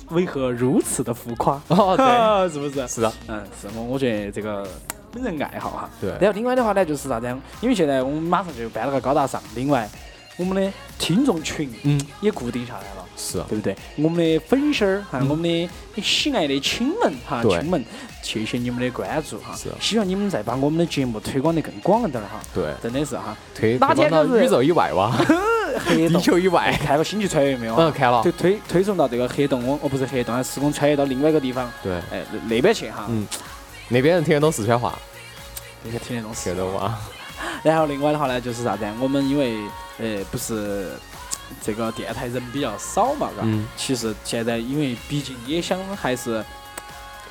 Speaker 3: 为何如此的浮夸？
Speaker 2: 哦， 对，
Speaker 3: 是不是？
Speaker 2: 是啊，
Speaker 3: 嗯，是我我觉得这个本人爱好哈。
Speaker 2: 对
Speaker 3: 然后另外的话呢，就是啥子？因为现在我们马上就办了个高大上，另外我们的听众群
Speaker 2: 嗯，
Speaker 3: 也固定下来了。
Speaker 2: 是啊，
Speaker 3: 对不对？我们的粉丝儿哈，我们的喜爱的亲们哈，
Speaker 2: 对
Speaker 3: 亲们，谢谢你们的关注哈
Speaker 2: 是，
Speaker 3: 希望你们再把我们的节目推广得更广一点儿哈。
Speaker 2: 对，
Speaker 3: 真的是哈，
Speaker 2: 推
Speaker 3: 哪
Speaker 2: 推
Speaker 3: 天
Speaker 2: 广到
Speaker 3: 就是
Speaker 2: 宇宙以外哇，
Speaker 3: 黑
Speaker 2: 地
Speaker 3: 洞，
Speaker 2: 球以外。
Speaker 3: 看过《星际穿越》没有啊？
Speaker 2: 嗯，看了
Speaker 3: 就，推推送到这个黑洞，我哦不是黑洞，啊，时空穿越到另外一个地方，
Speaker 2: 对，
Speaker 3: 哎那那边去哈，
Speaker 2: 嗯那边人听得懂四川话，
Speaker 3: 那个听得懂是啊
Speaker 2: 听得懂吗？
Speaker 3: 然后另外的话呢，就是啥子啊？我们因为呃不是这个电台人比较少嘛，嘎、
Speaker 2: 嗯
Speaker 3: 其实现在因为毕竟也想还是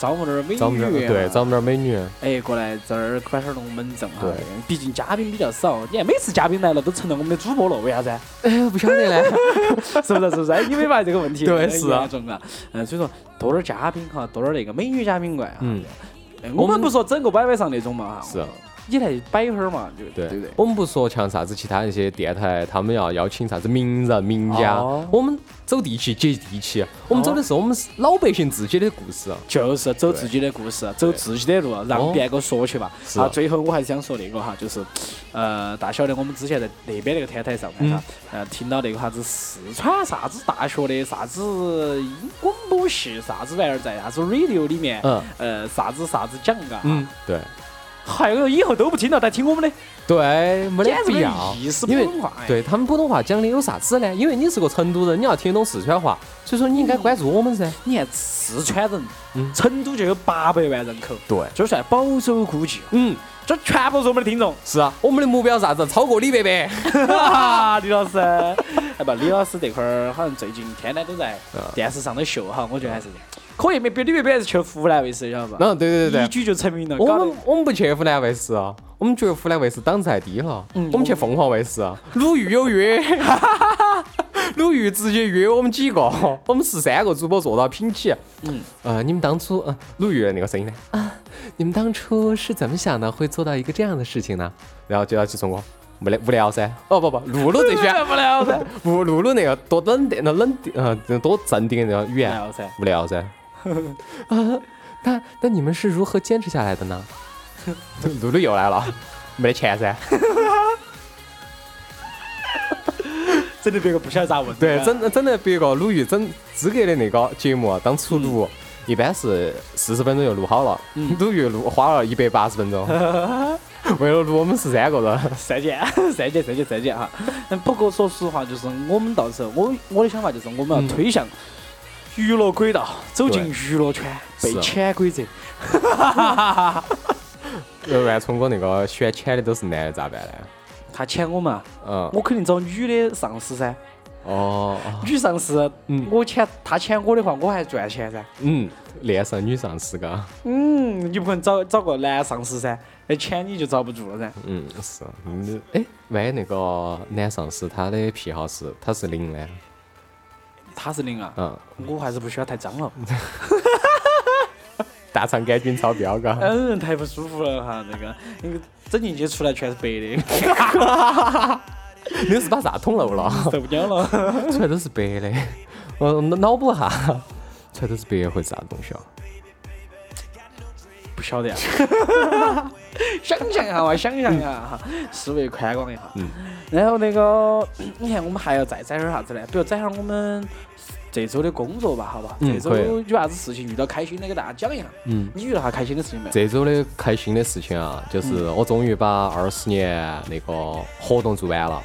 Speaker 3: 招募点儿美
Speaker 2: 找我们这
Speaker 3: 女
Speaker 2: 儿
Speaker 3: 啊，
Speaker 2: 对，找我们这儿美女，
Speaker 3: 哎，过来这儿摆下龙门阵哈。
Speaker 2: 对，
Speaker 3: 毕竟嘉宾比较少，你看每次嘉宾来了都成了我们的主播了，为 啥子啊？
Speaker 2: 哎，不晓得嘞，
Speaker 3: 是不是？是不是？哎，你没发现这个问题
Speaker 2: 对
Speaker 3: 很
Speaker 2: 是啊
Speaker 3: 严重啊。嗯，所以说多点儿嘉宾哈，多点儿那个美女嘉宾过来哈。
Speaker 2: 嗯，
Speaker 3: 哎我
Speaker 2: 我
Speaker 3: 们
Speaker 2: 们
Speaker 3: 不说整个摆摆上那种嘛哈，
Speaker 2: 是啊
Speaker 3: 你来摆一会儿嘛，就
Speaker 2: 对
Speaker 3: 对不对？
Speaker 2: 我们不说像啥子其他一些电台，他们要邀请啥子名人名家
Speaker 3: 哦，
Speaker 2: 我们走地气接地气，啊我们走的是我们老百姓自己的故事。啊
Speaker 3: 哦就是走自己的故事，走自己的路，啊让别个说去吧。
Speaker 2: 哦是
Speaker 3: 啊，最后我还是想说那个哈，就是，呃，大家晓得我们之前在那边那个天台上面哈，
Speaker 2: 嗯
Speaker 3: 呃，听到那个啥子四川啥子大学的啥子广播系啥子玩意儿在啥子 radio 里面，
Speaker 2: 嗯
Speaker 3: 呃，啥子啥子讲嘎，
Speaker 2: 嗯，对
Speaker 3: 还有以后都不听了，再听我们的，
Speaker 2: 对，没得
Speaker 3: 简直
Speaker 2: 必
Speaker 3: 没
Speaker 2: 要，
Speaker 3: 意思。
Speaker 2: 因为
Speaker 3: 普通话哎
Speaker 2: 对他们普通话讲的有啥子呢？因为你是个成都人，你要听懂四川话，所以说你应该关注我们噻。
Speaker 3: 你看四川人，
Speaker 2: 嗯
Speaker 3: 成都就有八百万人口，
Speaker 2: 对，
Speaker 3: 这算保守估计，哦
Speaker 2: 嗯，
Speaker 3: 这全部是我们的听众。
Speaker 2: 是啊，我们的目标是啥子？超过李伯伯。啊
Speaker 3: 哈，李老师，哎不，李老师这块儿好像最近天天都在
Speaker 2: 啊
Speaker 3: 电视上头秀哈，我觉得还是可以，没比李伯伯还是去了湖南卫视，晓得吧？
Speaker 2: 嗯，对对对对
Speaker 3: 一，举就成名了，
Speaker 2: 我
Speaker 3: 搞得
Speaker 2: 们我们不去湖南卫视啊，我们觉得湖南卫视档次太低了，我们去凤凰卫视啊，鲁豫有约， 鲁豫直接约我们几个，我们十三个主播坐到拼起。嗯，呃，你们当初，呃，鲁豫的那个声音呢？啊，你们当初是怎么想的，会做到一个这样的事情呢？然后就要去中国。没得无聊噻，哦 不不，露露这些
Speaker 3: 不聊噻，
Speaker 2: 露 露露那个多冷的那冷的，呃，多镇定的那个语
Speaker 3: 不
Speaker 2: 言，
Speaker 3: 聊噻。
Speaker 2: 无聊 噻。啊，那那你们是如何坚持下来的 呢？露露又来了，没得钱噻。
Speaker 3: 真的别个不晓得咋问。
Speaker 2: 对，真的真的，别个鲁豫整资格的那个节目啊，当初录、嗯 一般是四十分钟就录好了，鲁豫录花了一百八十分钟。为了录我们十三个 人，
Speaker 3: 三 件，三件，三件，三件哈。嗯，不过说实话，就是我们到时候，我我的想法就是，我们
Speaker 2: 嗯
Speaker 3: 要推向娱乐轨道，走进
Speaker 2: 对
Speaker 3: 娱乐圈，被
Speaker 2: 是啊
Speaker 3: 潜规则。
Speaker 2: 呃万聪哥那个选钱的都是男的咋办呢？
Speaker 3: 他潜我们啊，
Speaker 2: 嗯，
Speaker 3: 我肯定找女的上司噻。
Speaker 2: 哦，哦
Speaker 3: 女上司，
Speaker 2: 啊嗯
Speaker 3: 我潜他潜我的话，我还赚钱噻。
Speaker 2: 嗯，恋上女上司嘎，
Speaker 3: 嗯，你不可能找找个男上司噻，那潜你就遭不住了噻。
Speaker 2: 嗯，是，嗯，哎，万一那个男上司他的癖好是他是零呢？
Speaker 3: 他是零啊，
Speaker 2: 嗯，
Speaker 3: 我还是不喜欢太脏了，
Speaker 2: 大肠杆菌超标嘎，
Speaker 3: 嗯，太不舒服了哈。那个，那个整进去出来全是白的，
Speaker 2: 你是把啥捅漏 了？
Speaker 3: 受不了了。
Speaker 2: 出来都是白的， 我脑脑补哈，出来都是白的会是啥东西啊？
Speaker 3: 不晓得呀，想象一下嘛，想象一下哈，思维宽广一下。
Speaker 2: 嗯
Speaker 3: 然后那个，你看我们还要再展点啥子呢？比如展下我们这周的工作吧，好吧？
Speaker 2: 嗯
Speaker 3: 这周
Speaker 2: 可以
Speaker 3: 有啥子事情遇到开心的给大家讲一下。
Speaker 2: 嗯。
Speaker 3: 你遇到啥开心的事情没？
Speaker 2: 这周的开心的事情啊，就是我终于把二十年那个活动做完了，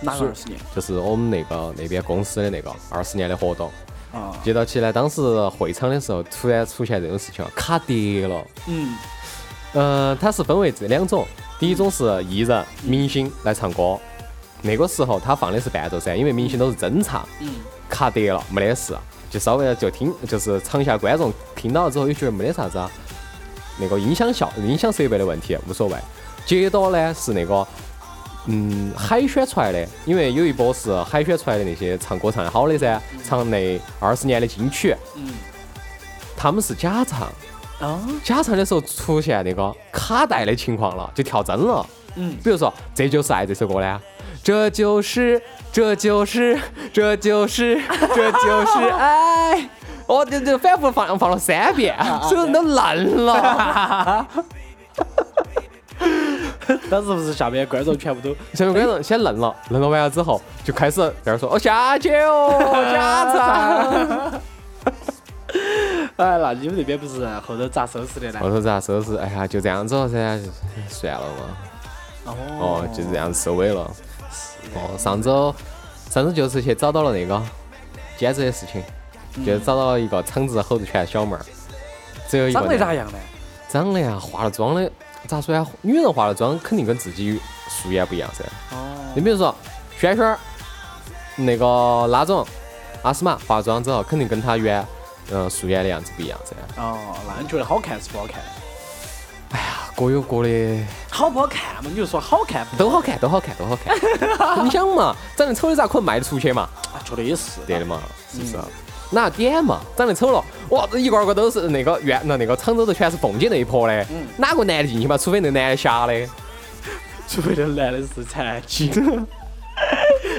Speaker 3: 哪个二十年
Speaker 2: 就是我们那个那边公司的那个二十年的活动。
Speaker 3: 啊？
Speaker 2: 接到起来，当时会场的时候突然出现这种事情啊，卡碟了。
Speaker 3: 嗯
Speaker 2: 呃，它是分为这两种，第一种是艺人、明星来唱歌，那个时候他放的是伴奏噻，因为明星都是真唱，
Speaker 3: 嗯，
Speaker 2: 卡碟了，没得事，就稍微就听，就是场下观众听到了之后也觉得没得啥子啊，那个音响效、音响设备的问题无所谓。接到呢是那个，嗯，海选出来的，因为有一波是海选出来的那些唱歌唱得好的噻，唱那二十年的金曲，
Speaker 3: 嗯
Speaker 2: 他们是假唱，
Speaker 3: 啊
Speaker 2: 假唱的时候出现那个卡带的情况了，就跳针了。
Speaker 3: 嗯，
Speaker 2: 比如说《这就是爱》这首歌呢，这就是这就是这就是这就是 爱，我这这反复放放了三遍，所有人都烂了。
Speaker 3: 当时不是下面观众全部都
Speaker 2: 下面观众先愣了，愣了完了之后就开始在那儿说：“哦，下 去哦，假 唱。
Speaker 3: 哎，那你们那边不是后头咋收拾的”呢？
Speaker 2: 后头咋收拾？哎呀，就这样子了噻，就算了嘛。哦，就这样收尾了。哦，上周上周就是去找到了那个兼职的事情，就是找到了一个厂子吼得全小妹儿，只有一个
Speaker 3: 长得
Speaker 2: 男
Speaker 3: 咋样呢？
Speaker 2: 长得呀，化了妆的，咋说呀？女人化了妆肯定跟自己素颜不一样噻。
Speaker 3: 哦，
Speaker 2: 你比如说轩轩儿，那个拉总，阿斯玛化了妆之后，肯定跟她原嗯素颜的样子不一样噻。
Speaker 3: 哦，那你觉得好看是不好看？
Speaker 2: 啊各有各的，
Speaker 3: 好不好看嘛？你就说好看，
Speaker 2: 都好看，都好看，都好看。你想嘛，长得丑的咋可能卖得出去嘛？
Speaker 3: 啊，觉得也是。
Speaker 2: 对的嘛，是不是？哪点嘛？长得丑了，哇，这一个个都是那个原那那个厂州的全是凤姐那一坨的，哪个男的进去嘛？除非那个男的瞎的，
Speaker 3: 除非那男的是残疾。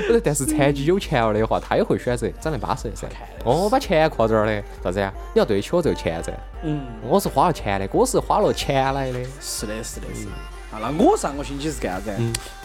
Speaker 2: 呃但是残疾有钱了的话，他也会选择长得巴适的噻
Speaker 3: 看。
Speaker 2: 哦，我把钱挎这儿的，啥子呀？你要对得起我这个钱噻。
Speaker 3: 嗯，
Speaker 2: 我是花了钱的，我是花了钱来的。
Speaker 3: 是的，是的，
Speaker 2: 嗯
Speaker 3: 是的。啊，那我上个星期是干啥子？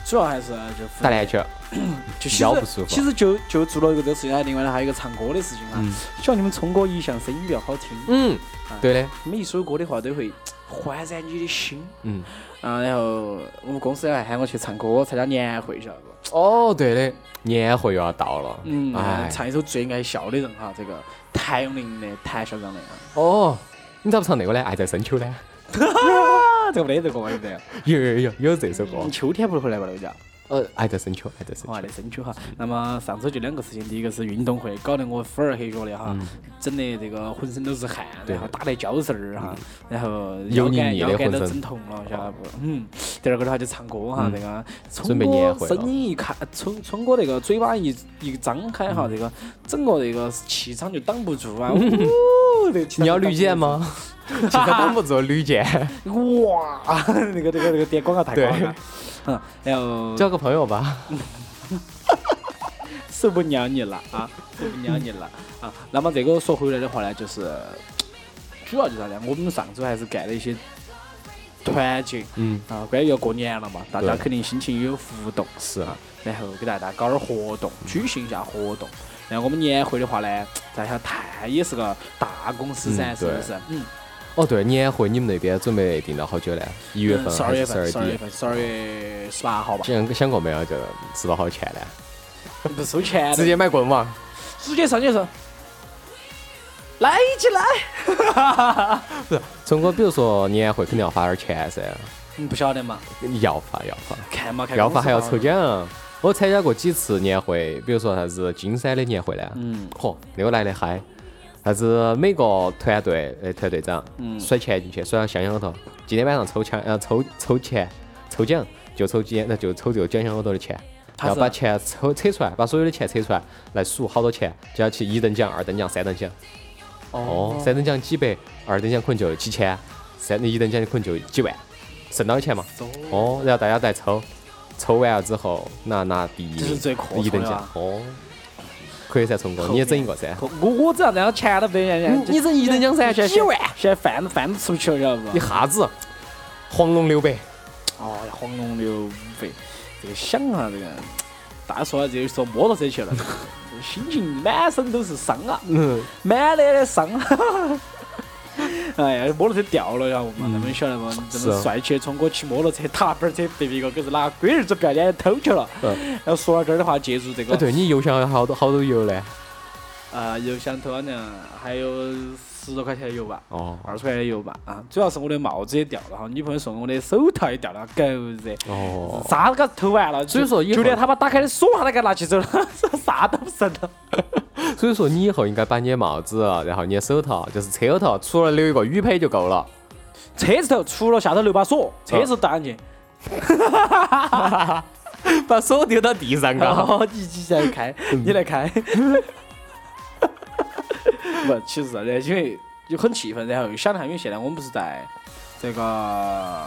Speaker 3: 主要还是就负
Speaker 2: 打篮球，
Speaker 3: 就
Speaker 2: 嗯腰
Speaker 3: 其
Speaker 2: 不舒
Speaker 3: 实
Speaker 2: 服
Speaker 3: 其实就就做了一个这个事情，然后另外呢还有一个唱歌的事情啊。希望你们聪哥一向声音比较好听，
Speaker 2: 嗯，
Speaker 3: 哎
Speaker 2: 对的，
Speaker 3: 每一首歌的话都会焕然你的心。
Speaker 2: 嗯，
Speaker 3: 啊，然后我们公司还喊我去唱歌，参加年会，晓得不？
Speaker 2: 哦，对的，年会又要到了，
Speaker 3: 嗯，
Speaker 2: 哎，
Speaker 3: 唱一首《最爱笑的人》哈，这个谭咏麟的谭校长的啊，
Speaker 2: 哦，你咋不唱那个呢？爱在深秋呢？
Speaker 3: 啊这个没得这个嘛，对不对？
Speaker 2: 有有有有这首歌，
Speaker 3: 秋天不回来吧，那个叫。
Speaker 2: 呃，爱在深秋，爱在深秋
Speaker 3: 我。还得深秋哈。啊那么上周就两个事情，第一个是运动会，搞得我粉儿黑脚的哈，整的这个浑身都是汗，
Speaker 2: 嗯对嗯
Speaker 3: 然后打得焦神儿哈，然后腰
Speaker 2: 油腻
Speaker 3: 杆
Speaker 2: 腻的
Speaker 3: 腰杆都
Speaker 2: 浑身
Speaker 3: 整痛了，晓得不？嗯。第二个的话就唱歌哈，
Speaker 2: 嗯
Speaker 3: 这个聪
Speaker 2: 准备年
Speaker 3: 哥
Speaker 2: 会了
Speaker 3: 声音一开，聪聪哥那个嘴巴一一张开哈，这个整个这个气场就挡不 住啊。呜这个气场
Speaker 2: 你要
Speaker 3: 就挡
Speaker 2: 绿
Speaker 3: 不
Speaker 2: 箭
Speaker 3: 住？
Speaker 2: 吗？其实挡不住绿箭，
Speaker 3: 哇， 那个那个那个点广告太广了。嗯，然后
Speaker 2: 交个朋友吧。
Speaker 3: 受不了你了 啊，受不了你了啊。那么这个说回来的话呢，就是主要就是啥呢？我们上周还是干了一些团建
Speaker 2: 嗯，
Speaker 3: 啊，关于要过年了嘛，大家
Speaker 2: 对
Speaker 3: 肯定心情也有浮动，
Speaker 2: 是
Speaker 3: 啊然后给大家搞点活动，举行一下活动。然后我们年会的话呢，在想泰也是个大公司噻，
Speaker 2: 嗯
Speaker 3: 是不是？嗯。
Speaker 2: 哦，对，年会你们那边准备定到好久呢？一月份
Speaker 3: 嗯十
Speaker 2: 还
Speaker 3: 二
Speaker 2: 是
Speaker 3: 月
Speaker 2: 十
Speaker 3: 份，
Speaker 2: 二
Speaker 3: 十二月
Speaker 2: 底？
Speaker 3: 份，十二月十八号吧，
Speaker 2: 想想过没有？就吃到好钱呢？
Speaker 3: 不收钱的，
Speaker 2: 直接买棍网，
Speaker 3: 直接上去说，来一起来。
Speaker 2: 中国比如说年会肯定要花点钱噻，
Speaker 3: 你
Speaker 2: 嗯
Speaker 3: 不晓得嘛？
Speaker 2: 要花要花，
Speaker 3: 看嘛，看
Speaker 2: 要
Speaker 3: 公
Speaker 2: 花
Speaker 3: 司
Speaker 2: 还要
Speaker 3: 嘛
Speaker 2: 抽。奖。我参加过几次年会，比如说啥子金山的年会呢？
Speaker 3: 嗯，
Speaker 2: 嚯，那个来得嗨，啥子每个团队呃团队长，
Speaker 3: 嗯
Speaker 2: 甩钱进去，甩到香香头。今天晚上抽奖，呃，抽抽钱，抽奖就抽今天，那就抽这个奖香头的钱，然
Speaker 3: 他
Speaker 2: 后
Speaker 3: 是
Speaker 2: 把钱抽扯出来，把所有的钱扯出来，来数好多钱，就要去一等奖、二等奖、三等奖。哦，三等奖几百，二等奖可能就几千，三一等奖可能就几万，剩到的钱嘛。哦，然后大家再抽，抽完了之后拿拿第一名，
Speaker 3: 这是最阔
Speaker 2: 一
Speaker 3: 绰
Speaker 2: 等
Speaker 3: 的
Speaker 2: 奖
Speaker 3: 啊。
Speaker 2: 哦，可以噻，聪哥，你也整一个噻。
Speaker 3: 我我只要这样钱都不得，
Speaker 2: 你整一等奖噻，
Speaker 3: 现在
Speaker 2: 几万，
Speaker 3: 现在饭都饭都吃不起了，晓得
Speaker 2: 一
Speaker 3: 不？
Speaker 2: 下子，黄龙六百，
Speaker 3: 哦，黄龙流费，这个想啊，这个大家说到这就说摩托车 去了，心情满身都是伤啊，
Speaker 2: 嗯，
Speaker 3: 满脸的伤。 哎呀，摩托车掉了，晓得不嘛？那么晓得不？
Speaker 2: 嗯
Speaker 3: 这
Speaker 2: 是
Speaker 3: 么
Speaker 2: 啊
Speaker 3: 帅气的冲哥骑摩托车，踏板车被别个可是拿龟儿子不要脸偷去了。
Speaker 2: 嗯
Speaker 3: 要说到这儿的话，借助这个
Speaker 2: 哎，对你邮箱有好多好多油嘞，
Speaker 3: 啊，油箱头好像还有十多块钱的油吧，
Speaker 2: 哦
Speaker 3: 二十块钱的油吧啊，主要是我的帽子也掉了，哈，女朋友送我的手套也掉了，狗日，
Speaker 2: 哦，
Speaker 3: 啥都给他偷完了，
Speaker 2: 所以说以后
Speaker 3: 就连他把打开的锁他都给他拿起走了， 啥都不剩了。
Speaker 2: 所以说你以后应该把你的帽子，然后你的手套，就是车头，除了留一个雨披就够了。
Speaker 3: 车子头除了下头留把锁，车子带上去，
Speaker 2: 把手丢到地上
Speaker 3: 然
Speaker 2: 啊！
Speaker 3: 后嗯你你来 开，你来开。不，其实啥子，因为就很气愤，然后又想了下，因为现在我们不是在这个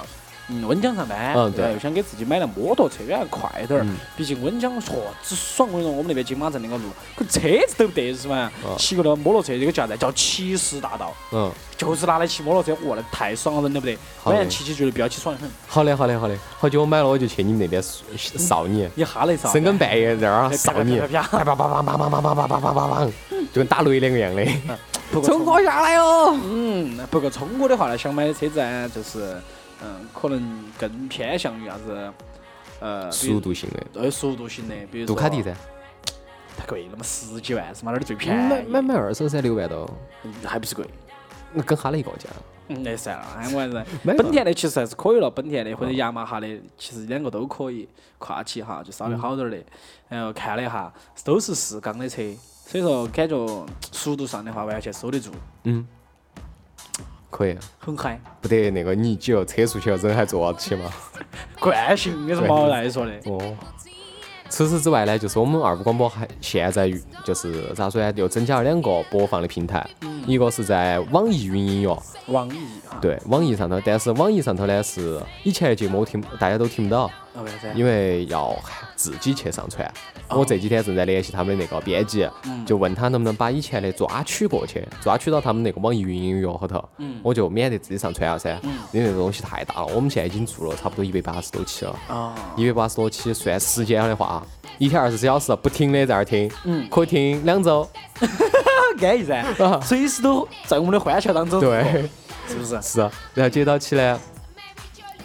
Speaker 3: 嗯温江上班，
Speaker 2: 嗯
Speaker 3: 然后
Speaker 2: 对嗯
Speaker 3: 又想给自己买辆摩托车，比较快点儿。毕竟温江嚯之爽，我跟你说，我们那边金马镇那个路，可车子都不得是嘛
Speaker 2: 嗯，
Speaker 3: 骑个那个摩托车，这个叫啥子？叫骑士大道。
Speaker 2: 嗯，
Speaker 3: 就是拿来骑摩托车，哇，那太爽了，人都不得。
Speaker 2: 好
Speaker 3: 晚
Speaker 2: 嘞
Speaker 3: 上骑起觉得飙起爽得很，
Speaker 2: 好嘞，好嘞，好嘞，好久我买了，我就去你们那边扫你，
Speaker 3: 一哈雷啥？
Speaker 2: 深更半夜在那儿
Speaker 3: 啪
Speaker 2: 扫你
Speaker 3: 啪，啪啪啪
Speaker 2: 叭叭叭叭叭叭叭叭叭叭叭叭叭，就跟打雷两个样的。
Speaker 3: 不过
Speaker 2: 冲
Speaker 3: 冲，
Speaker 2: 我下来哦！
Speaker 3: 嗯，不过冲哥的话呢，想买的车子呢，就是嗯，可能更偏向于啥子，呃，比如
Speaker 2: 速，度型的，
Speaker 3: 呃，速度型的，比如
Speaker 2: 杜
Speaker 3: 说
Speaker 2: 卡迪噻，
Speaker 3: 太贵了嘛，十几万是嘛，那儿最便宜，
Speaker 2: 买买买二手噻，六万多，
Speaker 3: 嗯还不是贵。
Speaker 2: 那跟哈雷一个价。
Speaker 3: 嗯，那算了，哎，我还是
Speaker 2: 没哦
Speaker 3: 本田的其实还是可以了，本田的或者雅马哈的，其实两个都可以，跨骑哈就稍微好
Speaker 2: 嗯
Speaker 3: 点儿的。然后看了一下，都是四缸的车，所以说感觉速度上的话完全收得住，
Speaker 2: 嗯，可以。
Speaker 3: 很嗨。
Speaker 2: 不得那个，你只要车出去了，人还坐得起吗？
Speaker 3: 惯性有什么来说的？
Speaker 2: 哦。除此之外呢，就是我们二五广播还现在就是咋说呢，又增加了两个播放的平台，一个是在网易云音乐，
Speaker 3: 网易哈，
Speaker 2: 对，网易上头，但是网易上头呢是以前的节目我听大家都听不到，
Speaker 3: 哦，为啥？
Speaker 2: 因为要自己去上传。我这几天正在联系他们的那个编辑，就问他能不能把以前的抓取过去，抓取到他们那个网易云音乐后头，我就免得自己上传了噻，因为那个东西太大了。我们现在已经做了差不多一百八十多期了，
Speaker 3: 哦，
Speaker 2: 一百八十多期算时间的话，一天二十四小时不停的在那儿听，可以听两周。
Speaker 3: 安逸噻，随时都在我们的欢笑当中，
Speaker 2: 对，
Speaker 3: 是不是？
Speaker 2: 是。然后接到起呢，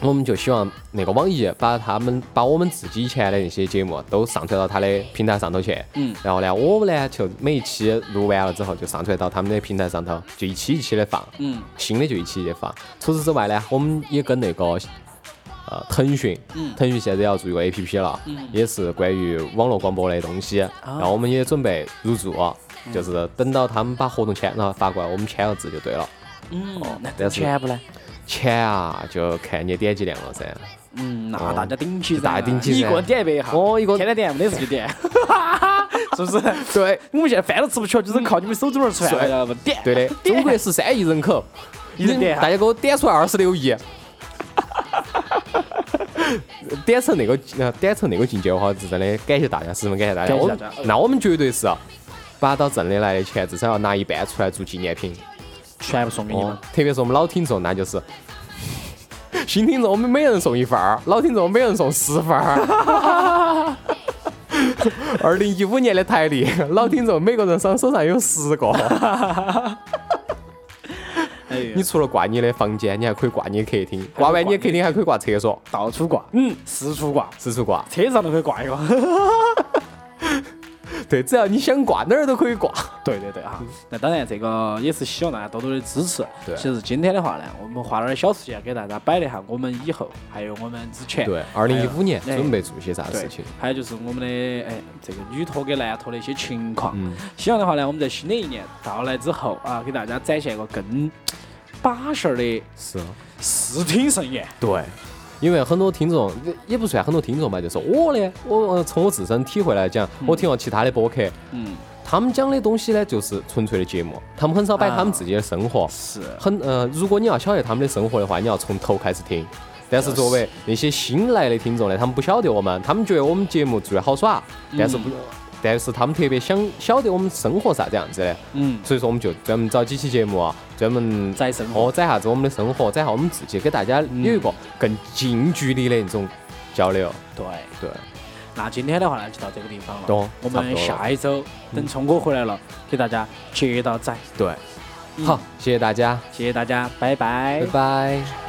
Speaker 2: 我们就希望那个网易把他们把我们自己以前的那些节目都上传到他的平台上头去。
Speaker 3: 嗯。
Speaker 2: 然后呢，我们呢就每一期录完了之后就上传到他们的平台上头，就一期一期的放。
Speaker 3: 嗯。
Speaker 2: 新的就一期一放。除此之外呢，我们也跟那个。呃，腾讯，腾讯现在要做一个 A P P 了，也是关于网络广播的东西。然后我们也准备入驻，就是等到他们把合同签，然后发过来，我们签了字就对了。
Speaker 3: 嗯，那
Speaker 2: 但是
Speaker 3: 全部呢？
Speaker 2: 钱啊，就看你点击量了噻。
Speaker 3: 嗯，那
Speaker 2: 哦
Speaker 3: 大家顶起噻，
Speaker 2: 大家顶起
Speaker 3: 你一
Speaker 2: 噻
Speaker 3: 个人点一杯哈，
Speaker 2: 哦一个人
Speaker 3: 天天点，没得事就点， 是不是？
Speaker 2: 对，
Speaker 3: 我们现在饭都吃不起了，就是靠你们手指头儿吃饭，
Speaker 2: 帅
Speaker 3: 晓啊得不？ 点，
Speaker 2: 对的，中国十三亿人口，
Speaker 3: 一人点哈
Speaker 2: 大家给我点出来二十六亿。 点成那个，呃点成那个境界的话，是真的感谢大家，十分感谢大家。
Speaker 3: 感谢
Speaker 2: 我
Speaker 3: 大
Speaker 2: 们
Speaker 3: 家
Speaker 2: 那我们绝对是啊把到挣的来的钱，至少要拿一半出来做纪念品。
Speaker 3: 全部送给你们
Speaker 2: 哦。，特别是我们老听众，那就是 新听众，我们每人送一份儿；老听众，我们每人送十份儿。 二零一五年的台 历，老听众每个人上手上有十个。
Speaker 3: 哎哎呀
Speaker 2: 你除了挂你的房间，你还可以挂你的客厅，挂完你的客厅还可以挂厕所，
Speaker 3: 到处挂，嗯，四处挂，
Speaker 2: 四处挂。
Speaker 3: 车上都可以挂一个。
Speaker 2: 对，只要你想挂哪儿都可以挂。
Speaker 3: 对对对啊，那当然这个也是希望大家多多的支持。
Speaker 2: 对
Speaker 3: 其实今天的话呢，我们花了点小时间给大家摆了一下我们以后，还有我们之前，
Speaker 2: 对， 二零一五年
Speaker 3: 哎
Speaker 2: 准备做些啥
Speaker 3: 对
Speaker 2: 事情？，
Speaker 3: 还有就是我们的哎这个女托跟男托的一些情况。希望的话呢，我们在新的一年到来之后啊，给大家展现一个更巴适儿的
Speaker 2: 是，
Speaker 3: 视听盛宴。
Speaker 2: 对。因为很多听众也也不算很多听众吧，就是我呢，我呃从我自身体会来讲，我听了其他的播客，
Speaker 3: 嗯，
Speaker 2: 他们讲的东西呢，就是纯粹的节目，他们很少摆他们
Speaker 3: 啊
Speaker 2: 自己的生活。
Speaker 3: 是，
Speaker 2: 很呃，如果你要晓得他们的生活的话，你要从头开始听。但是作为那些新来的听众呢，他们不晓得我们，他们觉得我们节目做得好耍，但
Speaker 3: 嗯
Speaker 2: 是不，但是他们特别想晓得我们生活啥子样子的，
Speaker 3: 嗯，
Speaker 2: 所以说我们就专门找几期节目啊，专门
Speaker 3: 在生活嗯
Speaker 2: 哦，展啥子我们的生活，展下我们自己，给大家有一个更近距离的那种交流。
Speaker 3: 对。
Speaker 2: 对，
Speaker 3: 那今天的话呢，就到这个地方了
Speaker 2: 懂。
Speaker 3: 我
Speaker 2: 差不
Speaker 3: 们
Speaker 2: 多了
Speaker 3: 下一周等聪哥回来了，给大家接到仔。
Speaker 2: 对，好，谢谢大家，
Speaker 3: 谢谢大家，拜拜
Speaker 2: 拜拜